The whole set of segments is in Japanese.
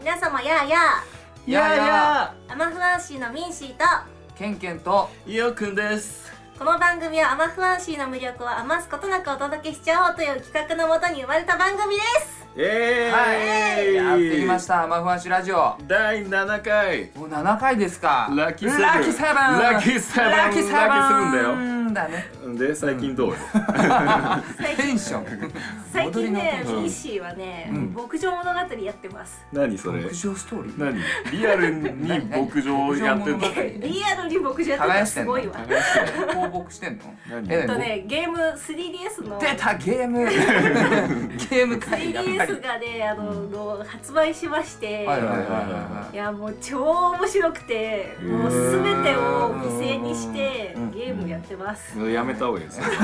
皆様やあやいやいやあアマフアンシーのミンシーとケンケンとイオくんですこの番組はアマフアンシーの魅力を余すことなくお届けしちゃおうという企画のもとに生まれた番組ですえはいやってきましたマフアシラジオ第7回もう7回ですかラッキーセブンラッキーセブンラッキーセブンラッキーセブンラッキーセだねで最近どうよ、最テ近ンション最近ね戻りのテンショミンンシーはね、ん牧場物語やってます何それ牧場ストーリー何リアルに牧場をやってんの何何リアルに牧場やってたらすごい わ耕してんの放牧してんの何えっえとねねゲーム 3DS の出たゲ ームゲーム会やっぱり 3DS がねあのの発売しまして、はいはいはいいやもう超面白くてもう全てを犠牲にしてうんゲームやってます。やめた方がいいですいやや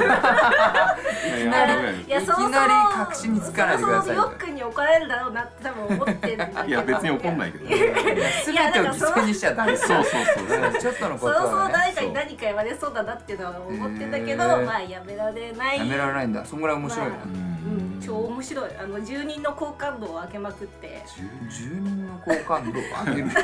めた方がいいいやそもそもいきなり確信につかないでくださいそもそもねヨックンに怒られるだろうなって多分思ってるんだけど いや別に怒んないけどねはい全てを犠牲にしちゃダメですそうそうそうちょっとのそこもとそもはね誰かに何か言われそうだなっていうのは思ってんだけど、へーまあやめられないやめられないんだそんぐらい面白いなまううん、超面白いあの住人の好感度を上げまくって住人の好感度を上 げる牧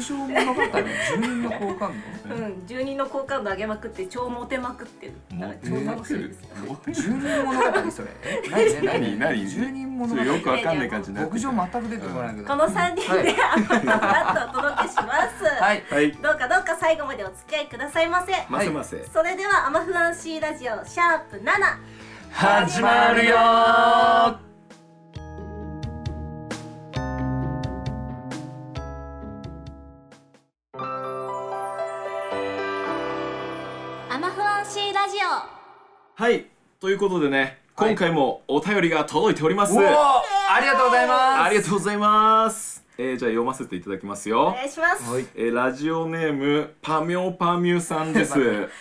場物語の住人の好感度うん住人の好感度上げまくって超モテまくってるだから超楽しいですよモテ住人物語それえ何何ね何住人ちょ物っと語よくわかんない感じになって牧きた場全く出てこないけどこの3人でアップルッとお届けします、はいはいどうかどうか最後までお付き合いくださいませませませそれではアマフアンシーラジオシャープ7始まるよーアマフアンシーラジオはいということでねはい今回もお便りが届いております、おおありがとうございますありがとうございますえー、じゃあ読ませていただきますおよ願いします、はいえー、ラジオネームパミョパミュさん です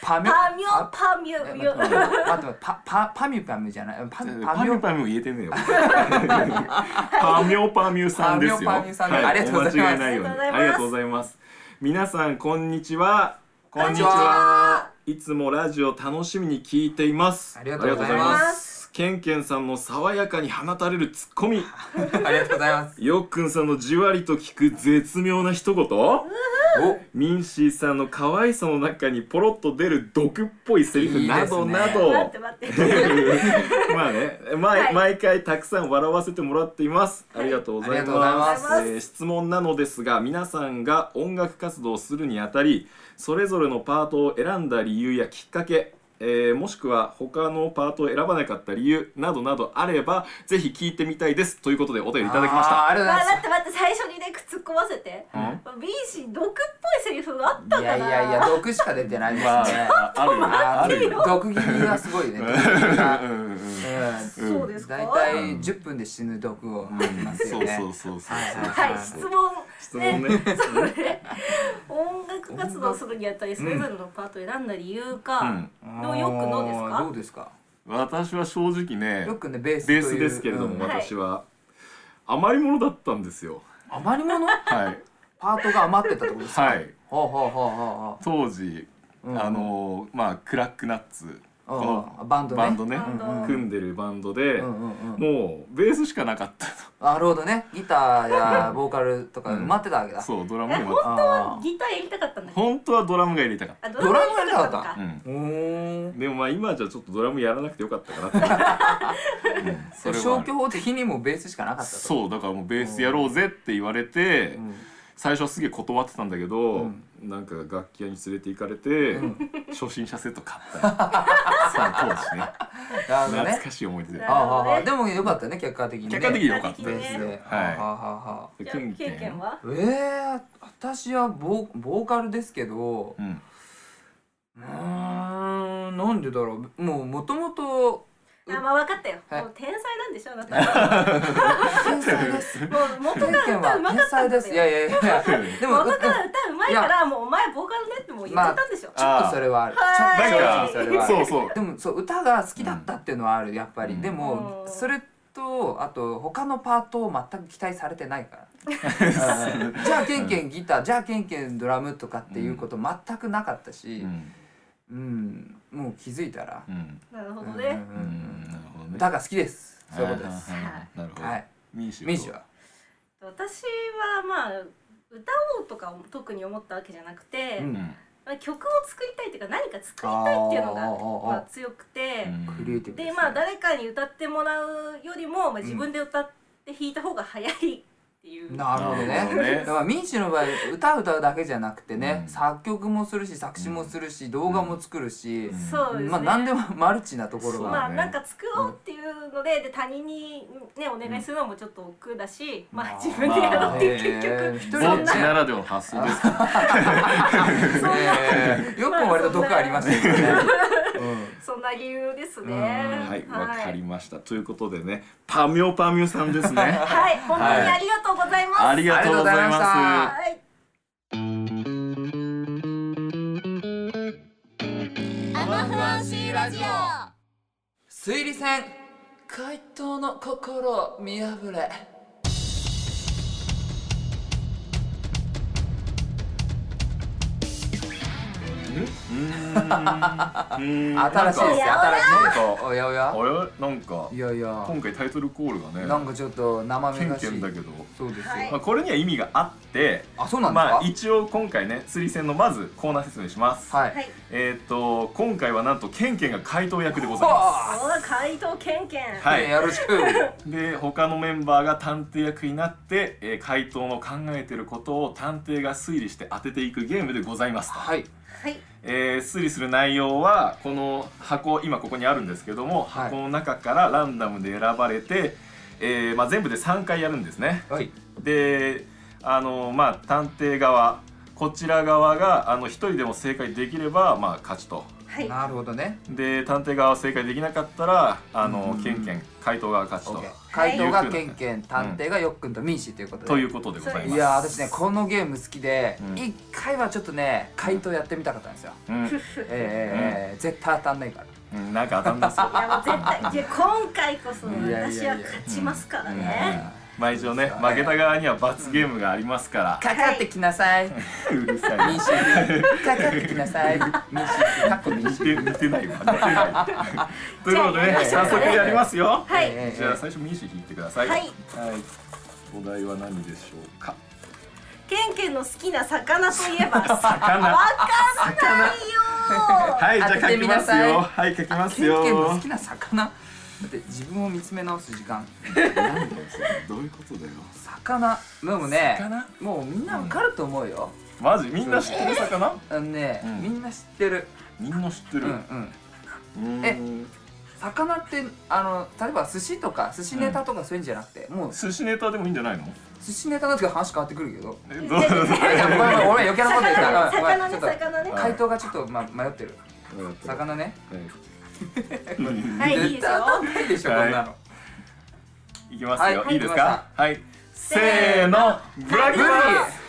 パミパミョパミュミ待って待ってュ待ってパパパミュパミュじゃないパパパミミュョパミュ言えてねえよ パミョパミュさんですよパミョパミュさんはい、ありがとうございますお間違いないようにありありががととうごうございます皆さんこんにちはこんにちはいつもラジオ楽しみに聞いていますありがとうございありがとうございまますすケンケンさんの爽やかに放たれるツッコミありがとうございますよっくんさんのじわりと聞く絶妙な一言おミンシーさんの可愛さの中にポロッと出る毒っぽいセリフなどなど待って待ってまあね、まあはい毎回たくさん笑わせてもらっています。ありがとうござあいりがとうございま。ますすえー質問なのですが、皆さんが音楽活動をするにあたり、それぞれのパートを選んだ理由やきっかけ、えーもしくは他のパートを選ばなかった理由などなどあれば、ぜひ聞いてみたいです。ということでお便りいただきましあーた。ありがとうまござあ待っいまて待って最初にね突っ込ませて、うんまあ、B 氏毒っぽいセリフがあったかないやいやいや毒しか出てないですねあるよああるーよ。毒気味がすごいね毒気味がうんうんうんうんそうですか大体10分で死ぬ毒を吐きますよそうね。そうそうそう。ははい質問質問ね。それ音楽活動するにあたりそれぞれのパートを選んだ理由うかん、でもよくのですかどうですか。私は正直ね、よくねベースとベいーうスですけれども、うんはい私は余り物だったんですよ余り物はいパートが余ってたって ことですか。はいほうほうほうほ当時、うほううん。あのーまあクラックナッツうんこあのバンドねバンドねバンドうんうん組んでるバンドで、うんうんうん。もうベースしかなかったなるほどね。ギターやボーカルとか埋まってたわけだ。のそうドラムにもえあギターやりたかったんだけど本当はドラムが入れたかっあドドラムややりりたたかかっったたた、うかんー。おーでもまあ今じゃちょっとドラムやらなくてよかったかなって、 うんそれは消去法的にもベースしかなかったと。そうだからもうベースやろうぜって言われて、うん。最初はすげえ断ってたんだけど、んなんか楽器屋に連れて行かれて、うん初心者セット買 ったそう当時ねなるほど懐ね。かしい思い出でなあるほどねあああでもよかったね結果的にね。客観的に良かったベーでスすで。ねはあははあはあ。いじゃあ経験はえー、私はボボーカルですけどうんうーんなんでだろうもうもとも とあまあ分かったよ、はいもう天才なんでしょあなた天才ですもう元天から歌うまかったんだですいやよいやいやでも元から歌うまいからもうお前ボーカルねってもう言っちゃったんでしょ、まあちょっとそれはあるはちょっとなんか正直それはあるそうそうでもそう歌が好きだったっていうのはあるやっぱり、うんでもうんそれとあと他のパートを全く期待されてないからうんじゃあケンケンギターじゃあケンケンドラムとかっていうこと全くなかったしう、んうんもう気づいたら、うんなるほどうんうね、うんんなるほどね歌が好好きです。そういうことです。はいはいはいなるほどはい。民主ミーシは。私はまあ歌おうとか特に思ったわけじゃなくて、うんうんまあ、曲を作りたいっていうか何か作りたいっていうのあーあがーまああ、強くて、ークリエイティブですねまあ誰かに歌ってもらうよりも、まあ、自分で歌って弾いた方が早いっていう、なるほどねなるほどねだからミンチの場合歌う歌うだけじゃなくてね、うん作曲もするし作詞もするし、動画も作るし、んそうですね、まあ何でもマルチなところそうまがあなんか作ろうっていうので,、で他人に、ね、お願いするのもちょっと億劫だし、まあ自分でやろうっていう結ま局、そぼあね一人っんちなならではの発想ですかえーよくも割と毒ありま したよね、そんな理由ですね。 うんはいわ、かりましたということでねパミョパミョさんです ねはい、本当にありがとうございます。ありがとうございますはいアマフランシーラジオ推理戦回答の心見破れうーんうーん新しいですよ新しなんかいおやおやあれなんかいやいや今回タイトルコールながねんかちょっと生めケンがしケいンだけど、そうですよ、はいまあ、これには意味があってあそうなんですか、まあ一応今回ね釣り線のまずコーナー説明します、はい、はい、えっ、と今回はなんとケンケンが回答役でございまはおー、怪盗ケンケン。すあはい、よろしくで他のメンバーが探偵役になって、えー回答の考えてることを探偵が推理して当てていくゲームでございますと、はいはい、えー推理する内容はこの箱今ここにあるんですけども、はい箱の中からランダムで選ばれて、えーまあ、全部で3回やるんですねはいであのまあ探偵側こちら側があの1人でも正解できれば、まあ、勝ちとはい、なるほどねで探偵側は正解できなかったらあの、うんケンケン回答側が勝ちオッとケー。回答はがいケンケン探偵がよっくんとミンシーということでということでございますいやー私ねこのゲーム好きでうん一、回はちょっとね回答やってみたかったんですよ、うんえーえーえー絶対当たんないからうん、なんか当たんな そういやもう絶対いや今回こそいやい私やはいや勝ちますからね。まあ一応ね負けた側には罰ゲームがありますから、かかってきなさい、うるさいなミンシーかかってきなさいミンシーかっこミン似てシー似てないわ似てないということでね早速やりますよはい、えーじゃあ最初民主引いてくださいはいはいお題は何でしょうかケンケンの好きな魚といえ ばわか魚んないよはいじゃあ当て書てきみまなすさいよはい書きますケンよケンの好きな魚だって自分を見つめ直す時間なんだよそれどういうことだよ魚もうね魚もうみんなわかると思うよ、マジみんな知ってる魚あのね、うんみんな知ってるみんな知ってうるんうんうんえ魚ってあの例えば寿司とか寿司ネタとかそういうんじゃなくて、もう寿司ネタでもいいんじゃないの寿司ネタだと話変わってくるけどえどうねごめんごめん俺は余計なこと言った魚ねごめん魚ねごめんち魚ねょっとはい回答がちょっと、ま、迷ってる 魚ねはいいいです絶対よ当たんないでしょこんなのいきますよ、、はいいいですかはいせーのブラックバス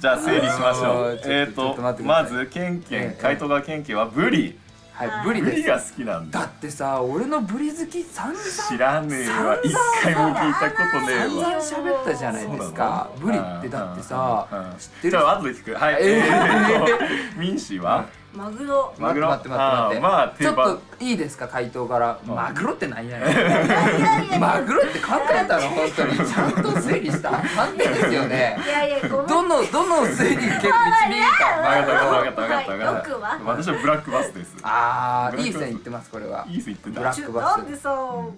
じゃあ整理しましょう。うんえっ、ちょっとと待ってくだまさいずケンケえンえ回答がケンケンはブリ。はいブリブでリすが好きなんだだ。ってさ俺のブリ好き散々知らねえわ。一回も聞いたことね散えわ。々喋ったじゃないですかそうブなリのってだってさうん知ってじるゃあ後で聞く。はい。えええーとミンシーはマグロマグロ。待って待って待っあて待ってーまあち定ょっ番。といいですか回答からうんマグロって何やねんマグロって考え たの本当にちゃんと整理した判定ですよねいやいやごめんどのどの推理結導いたわかったわかったわかったわかはいった六は私はブラックバスです。ああいい線いってますこれはいい線言ってブたラッ。ちクょバなスんでさ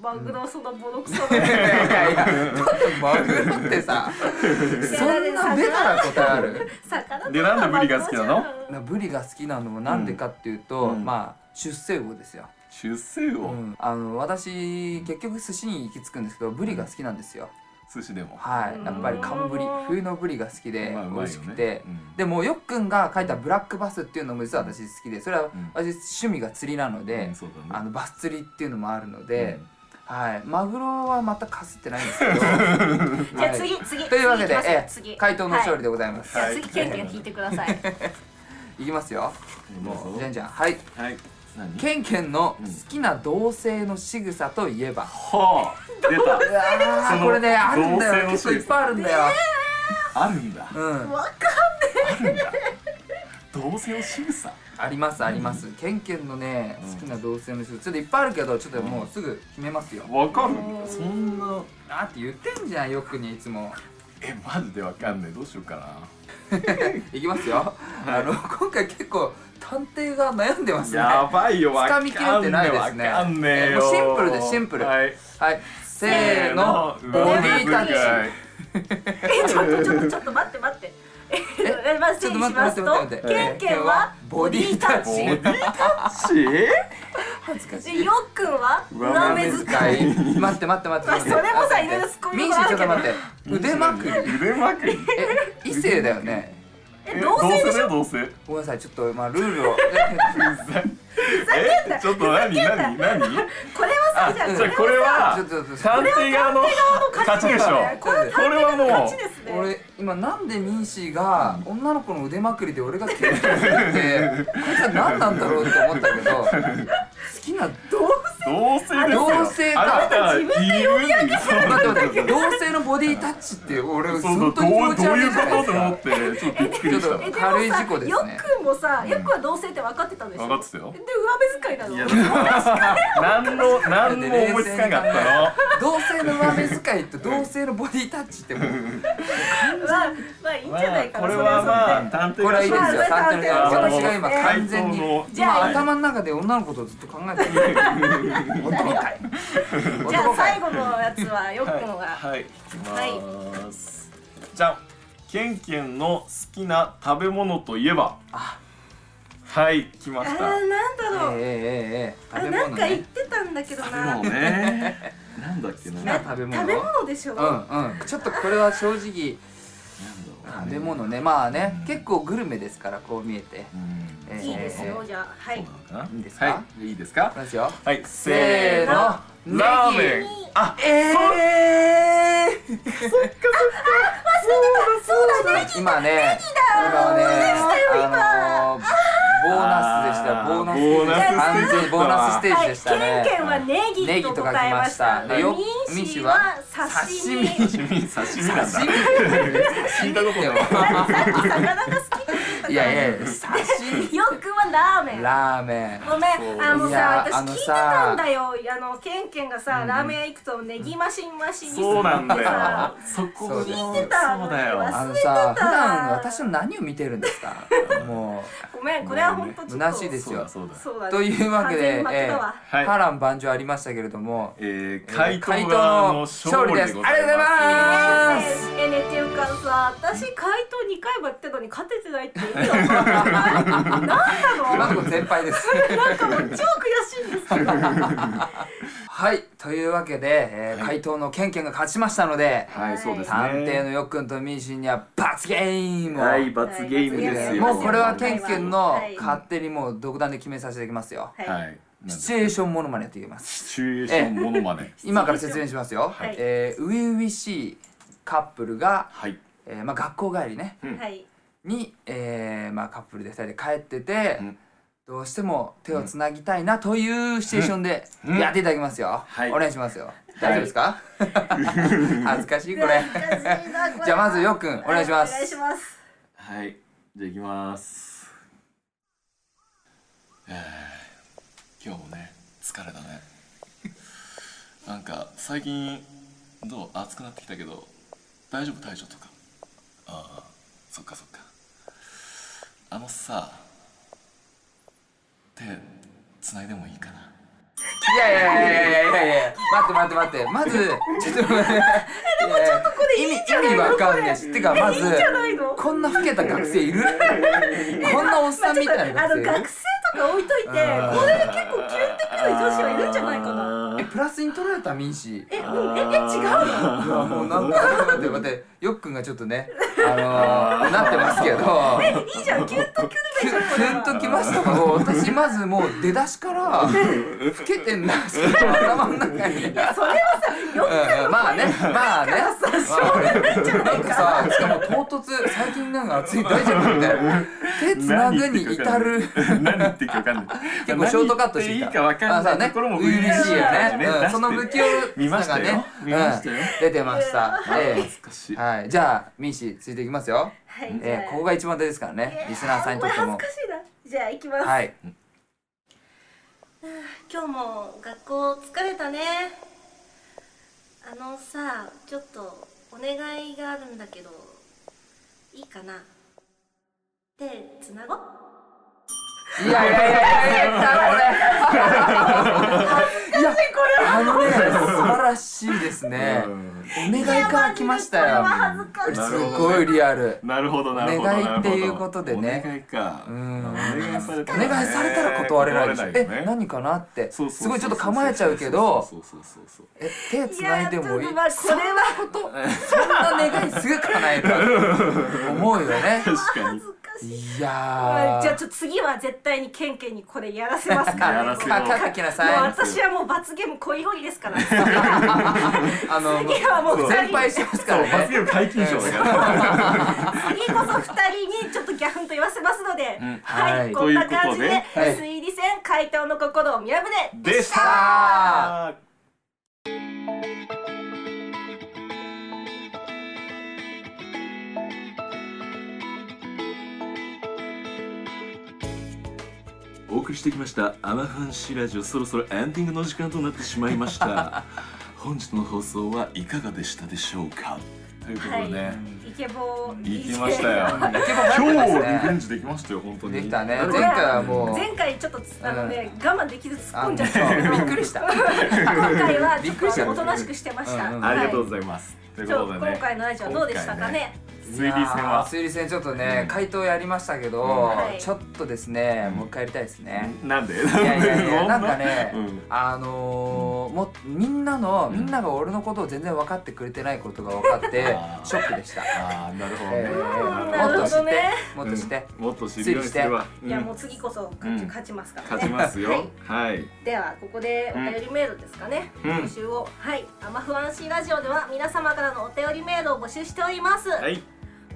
マグロそんなボロクソなのいやいやちょっとマグロってさそんなベタな答えある魚でなんでブリが好きなのなブリが好きなのもなんでかっていうと、うんまあ出世魚ですよ、出世う魚んあの私結局寿司に行き着くんですけどブリが好きなんですよ寿司でも。はいやっぱり寒ブリうん冬のブリが好きでまあう美まい味しよくねて、うんでもよっくんが書いたブラックバスっていうのも実は私好きでそれはん私趣味が釣りなので、うんそうだあね。のバス釣りっていうのもあるのうで、んはいマグロはまたかすってないんですけど じゃあはい次次というわけで、次行きますよえ次え、回答の勝利でございます、じゃあはい次ケンケン引いてくださいい、きますよどうじゃんぞじゃんはいはい。何？ケンケンの好きな同性の仕草といえば、はあ出たうわーそのこれねあるんだよ同性の仕草結構いっぱいあるんだよ、あるんだうんわかあるんだ同性の仕草ありますありますケンケンのね好きな同性の人ちょっといっぱいあるけどちょっともうすぐ決めますよわかるそんなあって言ってんじゃんよくにいつ もえマジでわかんないどうしようかいきますよ、あの今回結構探偵が悩んでまなす ねやばいよわか掴んねみきれてないですねわかんねえよもうシンプルですシンプルはいはいせーのボディタッチえちょっとちょっとちょっと待って待ってえまあち整理ょっとし待ってますと待って待ってケンケンはボディタッボデチィタッチ恥ずかしでいヨッくんは上上目目遣遣使いい待って待って待って待ってまあそれもさ待っていろいろツッコミミンがシーあるちょっとけど待って腕まくり腕ま くりえ異性だよ ねえ同性でしょょ同性ごめんなさいちょっとまあルー ルをえちょっと何何何これはさじゃあじゃあこれはちょっとちょっと探偵側の勝ちでしょこれはこれはもう勝ちですね俺今なんでミンシーが女の子の腕まくりで俺がケンケンってこいつは何なんだろうって思ったけど好きな同同性ですよ同性だあなたいるんですよ待って待って同性のボディタッチって俺そうそうど本う当に気持ちどうい悪ういじことゃないですと思っかてちょっとびっくりしちょっとたえでもさ軽い事故ですねよっくんもさよっくんは同性って分かってたんでしょ分かってたよで上目遣いなのいや何の何も思いつかなかった同性の上目遣いと同性のボディタッチってもうまあまあいいんじのゃないかなこれそれははまあ探偵これはいいですよまあ探偵まあ私がま今あ完全に回答のじゃ今あ頭の中で女の子とずっと考えてる男かいそれじゃあ男か最い後のやつはよっくんが、はい、いきます、じゃんケンケンの好きな食べ物といえばあはい来まあしーたなんだえろう、えええあええなんか言っねてたんだけどな食べ物ね なんだっけな好きななんだ食べ物食べ物でしょ、うんうんちょっとこれは正直ろう食べ物ねまあね結構グルメですからこう見えてうんええいいですよ、ええじゃあはいそうなのかないいですかはいいいですかいきますよはいせーのラーネメンギあええーそうだね今ね、今ね、あのボーナスでしたよ。ボーナスボーナス完全にボーナスステージでしたはい、ね。 ケンケンはネネギギとと書き答えままししたた。でよミンシーミンシは刺身。刺刺身刺身なんだ刺身聞いたことない魚が好きって言ったからいやいや、刺 よっくんはラーメ身ン。ラーメごめん、あのいやさ、あ私の聞いてさたんだよ。あのケンケンがさ、ラーメン屋行くとネギマシンマシンにするそうなんだよさ。そこそうです聞いてたそうだ忘よれン。てあたのさ、普段私の何を見てるんですか。もごめん、これは本当ちょっと。虚しいですそうだよ。そうだそうだね。というわけで完全に負、けたわはい波乱万丈ありましたけれども、えー、回答回側答のの勝勝利利でですす。ありがとうございまえす。えねっていうかさ、私回答2回もやってたのに勝ててないって意味 わかんない。なんな今ののとこ先輩です。なんかもう超悔しいんです けど。はい、というわけで、えーはい回答のケンケンが勝ちましたので、はいそうですね探偵のよっくんとミンシンには罰ゲームを。はい罰ゲームですよもうこれはケ検ン査ケンのはい勝手にもう独断で決めさせていただきますよ。はいはいシチュエーションモノマネやっていきます。シチュエーションモノマネ今から説明しますよ。はいえー、初々しいカップルが、はいえーまあ、学校帰りね、はい。に、えーまあ、カップルで2人で帰ってて、うんどうしても手をつなぎたいなというシチュエーションでうんやっていただきますよ。はいお願いしますよ。大丈夫で すか、恥ずかしいこれ。じじゃあまずよっくんお願いしますお願いします。はいじゃあ行きますえー、今日もね疲れたね なんか最近どう暑くなってきたけど大丈夫大丈夫とかああそっかそっかあのさ手繋いでもいいかないやいやいやいやいやいやいや待って待って待ってまずちょっと待ってえでもちょっとこれ意味意味わかんないしってかまずいいんじゃないのこんな老けた学生いるこんなおっさんみたいなあの学生い学る生とか置いといて、これが結構キュンってくる女子はいるんじゃないかな。えプラスに取られたミンシえ、うんえ、え、違うの。いやもうなんか待って待って待ってよっくんがちょっとねあのー、なってますけ どいいじゃん、キュンとくるキでしょこュれンとは。きましたもう私まずもう出だしから老けてんなって頭の中にそれはさ、よっうんうんまあね、まあね。なんかさ、しかも唐突、最近なんか暑い大丈夫みたいな。手つなぐに至る。 何言ってるか分かんない結構ショートカットして何き言た。っていいか分かんないあさねところも初々しいよ初々しい感じねね。う出しんてその不器見用まさしがたよね、見ましたようん出てました。ええ懐かしいはい、じゃあミンシーついていきますよ。はい、じゃええ、ここあが一番手ですからね。リスナーさんにとってこれ恥もずか。しいな。じゃあ行きます、はい今日も学校疲れたねあのさちょっとお願いがあるんだけどいいかな手つなごういやいやいやいやこれいやあのね素晴らしいですねうんお願いから来ましたいやよマジでこれは恥ずかしいすごいリアルなるほどなるほどお願いなるほどっていうことでねお願いかうんお願いされたおらね願いされたら断れないでしょ断れないよえね何かなってすそうそうそうごいちょっと構えちゃうけどそうそうそうそうえ手つないでもいいいやちょっとまあこれはことそんな願いすぐ叶えた思うよね確か恥にずかしいいまやあーじゃあちょっと次は絶対にケンケンにこれやらせますからやらせもうまかすかってきもなうさい私はもう罰ゲームこいごりですから次あのはもう二人先輩しますかそう罰らねゲーム解禁賞だから次こそ二人にちょっとギャフンと言わせますので、んはい、はいこんな感じでということではい推理戦回答の心を見破れでしさあたお送りしてきました「アマフンシラジオ」そろそろエンディングの時間となってしまいました 本日の放送はいかがでしたでしょうかということでね、はイケボー行きましたようん結今構日頑張ってリまベすンねジできましたよ本当にできたね誰か前回はもう前回ちょっとつあのね、我慢できず突っあ込んじゃっそうたびっくりした今回はびちっょくりしったとおとなしくしてました、うんうんありがとうごはざいます、いということちょでね今回のラジオどうでしたかね推理戦は推理戦ちょっとね回答やりましたけど、はいちょっとですねもう一回やりたいですね、なんでいいやいやい やなんかね、うんあのー、もうみんなの、うんみんなが俺のことを全然分かってくれてないことが分かって あーショックでした、あーなるほどね、えーなもるほっと知どってねもっと知っうんもっと知るて、ようにするわいやうんもう次こそ勝ち,、うん勝ちますからね勝ちますはよいはいではここでお便りメールですかね、うん募集をはい「アマフアンシーラジオ」では皆様からのお便りメールを募集しております、はい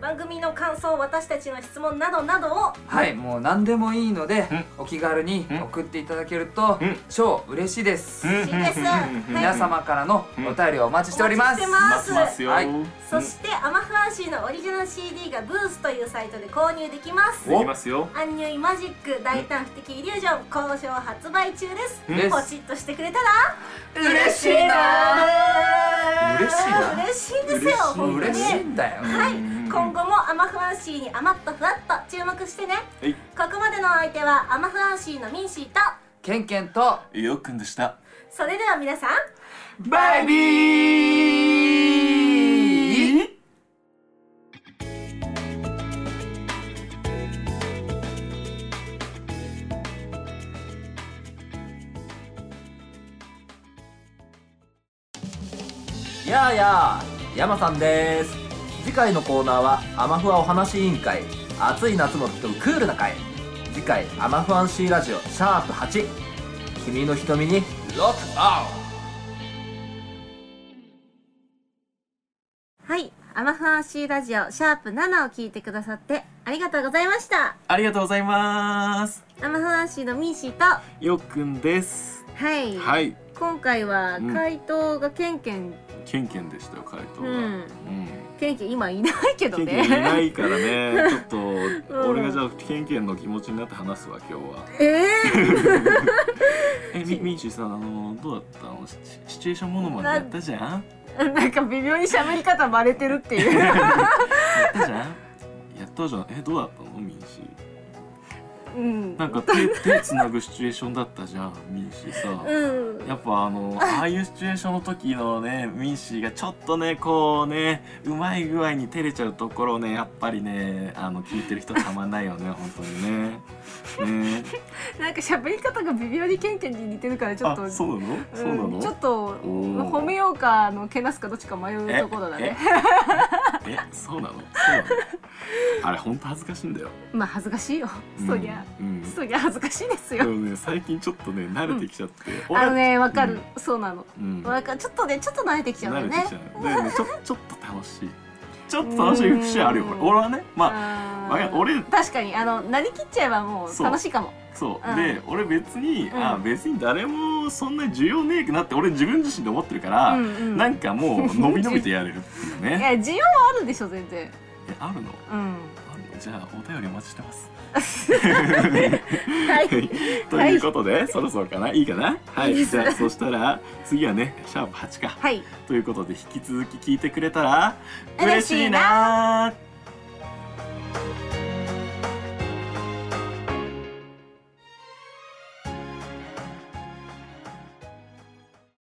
番組の感想私たちの質問などなどをはいもう何でもいいので、お気軽にうん送っていただけると、うん超嬉しいです、うん嬉しいですうんはい皆様からのお便りをお待ちしております、うんお待ちしてま待ってますよ、はいそして、アマフアンシーのオリジナル CD がブースというサイトで購入できますうんできますよアンニュイマジック大胆不敵イリュージョン好評発売中ですですポチッとしてくれたら嬉しいな嬉しいな嬉しいんですよ嬉しいもう本当嬉しいにんだよ、はいうん今後もアマフアンシーに余ったふわっと注目してねはいここまでのお相手はアマフアンシーのミンシーとけんけんとよっくんでしたそれでは皆さんバイビーやあやあ山さんです次回のコーナーは「アマフアお話委員会」暑い夏も吹き飛ぶクールな会次回「アマフアンシーラジオシャープ #8」君の瞳にロックアウトはい、アマフアンシーラジオシャープ7を聞いてくださってありがとうございました。ありがとうございますアマフアンシーのミーシーと、はよっくんですい、はい今回はうん回答がケンケン、ケンケンでしたよ回答がうんうんケンケン今いないけどケンね。ケンいないからねちょっと、俺がじゃあケンケンの気持ちになって話すわ今日は ええみみんちさんあのどうだったのシシチュエーションものまでやったじゃんー、なんか微妙に喋り方バレてるって いう。やったじゃんやったじゃんえどうだったのミンシうん、なんか 手手つなぐシチュエーションだったじゃんミンシさ、うん、やっぱあのああいうシチュエーションの時のねミンシーがちょっとねこうねうまい具合に照れちゃうところねやっぱりねあの聞いてる人たまんないよね本当に ねねなんか喋り方が微妙にケンケンに似てるからちょっと。あそうなのそうなの、ん、ちょっとおー褒めようかあのけなすかどっちか迷うところだね。 えええそうなのそうなのあれ本当恥ずかしいんだよまあ恥ずかしいよ。そりゃ、うんうんそりゃ恥ずかしいですでよ。もね最近ちょっとね慣れてきちゃって、俺あのねわかる、そうなの。うんわかるちょっとねちょっと慣れてきちゃう慣よれてねきち。ゃうだから ねちょちょっと楽しいちょっと楽しい節あるようん俺俺はねまああーわか俺確かにあのなりきっちゃえばもうそう楽しいかも。そう、うんで俺別に、うんあ別に誰もそんな需要ねえなって俺自分自身で思ってるから、うんうんなんかもう伸び伸びとやれるっていう いねや需要はあるでしょ全然。えあるのうん。あるのじゃあお便りお待ちしてますはい ということで、そろそろかないいかなはいいいですじゃあそしたら次はねシャープ8かはいということで引き続き聞いてくれたら嬉し嬉しいいなな